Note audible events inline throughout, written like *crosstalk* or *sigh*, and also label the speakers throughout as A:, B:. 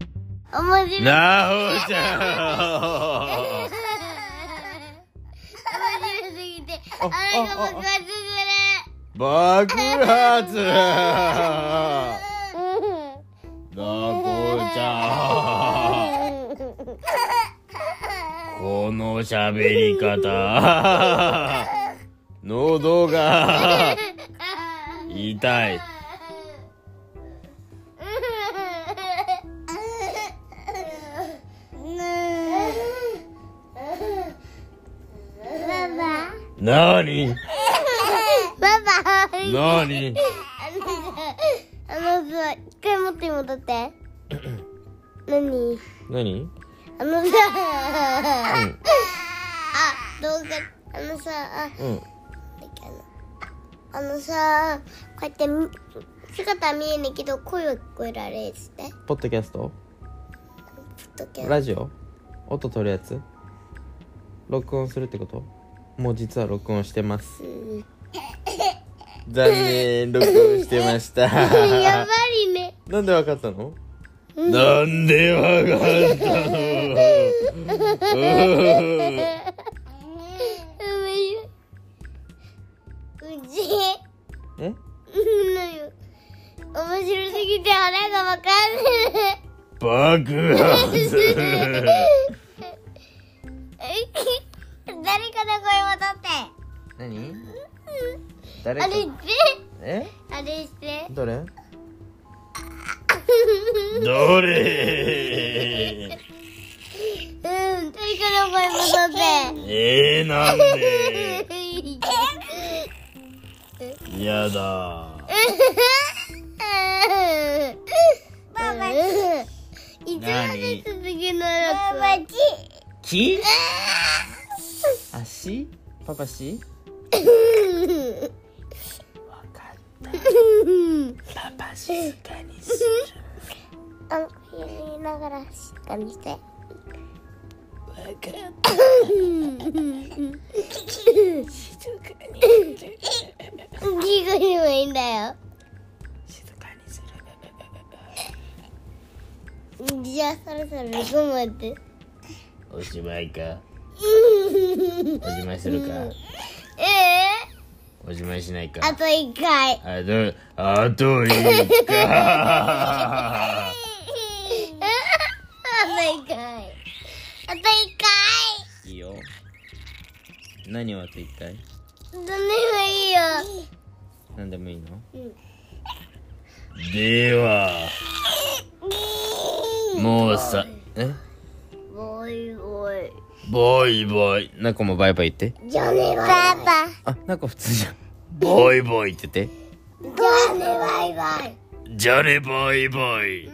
A: 面白い。
B: なおちゃん
A: 面白すぎて、
B: あ
A: あれが爆発する。
B: 爆発なこちゃんこの喋り方喉が痛いなに
A: バババイ
B: なに
A: あのさ、一回持って戻って。何
B: なに
A: あのさ、あ、動画、あのさ、あ、
B: うん
A: なんだっけあのあのさ、こうやってみ姿は見えないけど声は聞こえられるっつって。
B: ポッドキャスト
A: ちょっとけ
B: ラジオ音取るやつ録音するってこともう実は録音してます
A: うん
B: 残念録音してました *laughs*
A: やっぱりね。
B: なんでわかったのなんでわかった
A: う
B: の
A: ち、
B: *laughs* え
A: *laughs* うんなんよ面白すぎて腹がわかんない。
B: 爆発
A: 誰かの声
B: 何誰
A: を取って。
B: か
A: あれして、
B: え
A: あれして。
B: どれどれ
A: うん、誰かの声を取って。
B: えー、なんでやだ
A: パパ一話ずつ次の録音。
B: 木足パパしわかったパパ静かにする
A: あの、言いながら静かにして。
B: わかった静かにする
A: ギグにもいいんだよ。
B: 静かにする
A: じゃあそろそろ録音終わって。
B: おしまいかおしまいするか
A: ええ
B: おしまいしないか
A: あと一回。
B: あとあといい *laughs* か
A: あと一回。あと一
B: いいよ何をあと一回
A: 回。どんでもいいよ。
B: 何でもいいの、ではもうさえ
A: おいおい。
B: ボイボイなこもバイバイ言って
A: じゃねバイバイ。
B: あなこ普通じゃんボイボイって言って
A: じゃねバイバイ。
B: じゃねボイボイ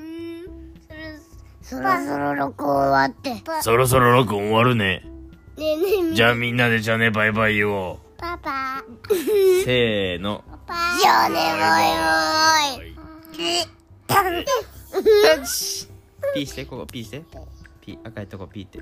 A: そろそろ録音終わって。ね
B: そろそろ録音終わるね
A: えねえ、
B: じゃあみんなでじゃねバイバイ言おう
A: パパ。
B: せーの
A: じゃねバイバイ。
B: ピーしてここピーしてピー赤いとこピーって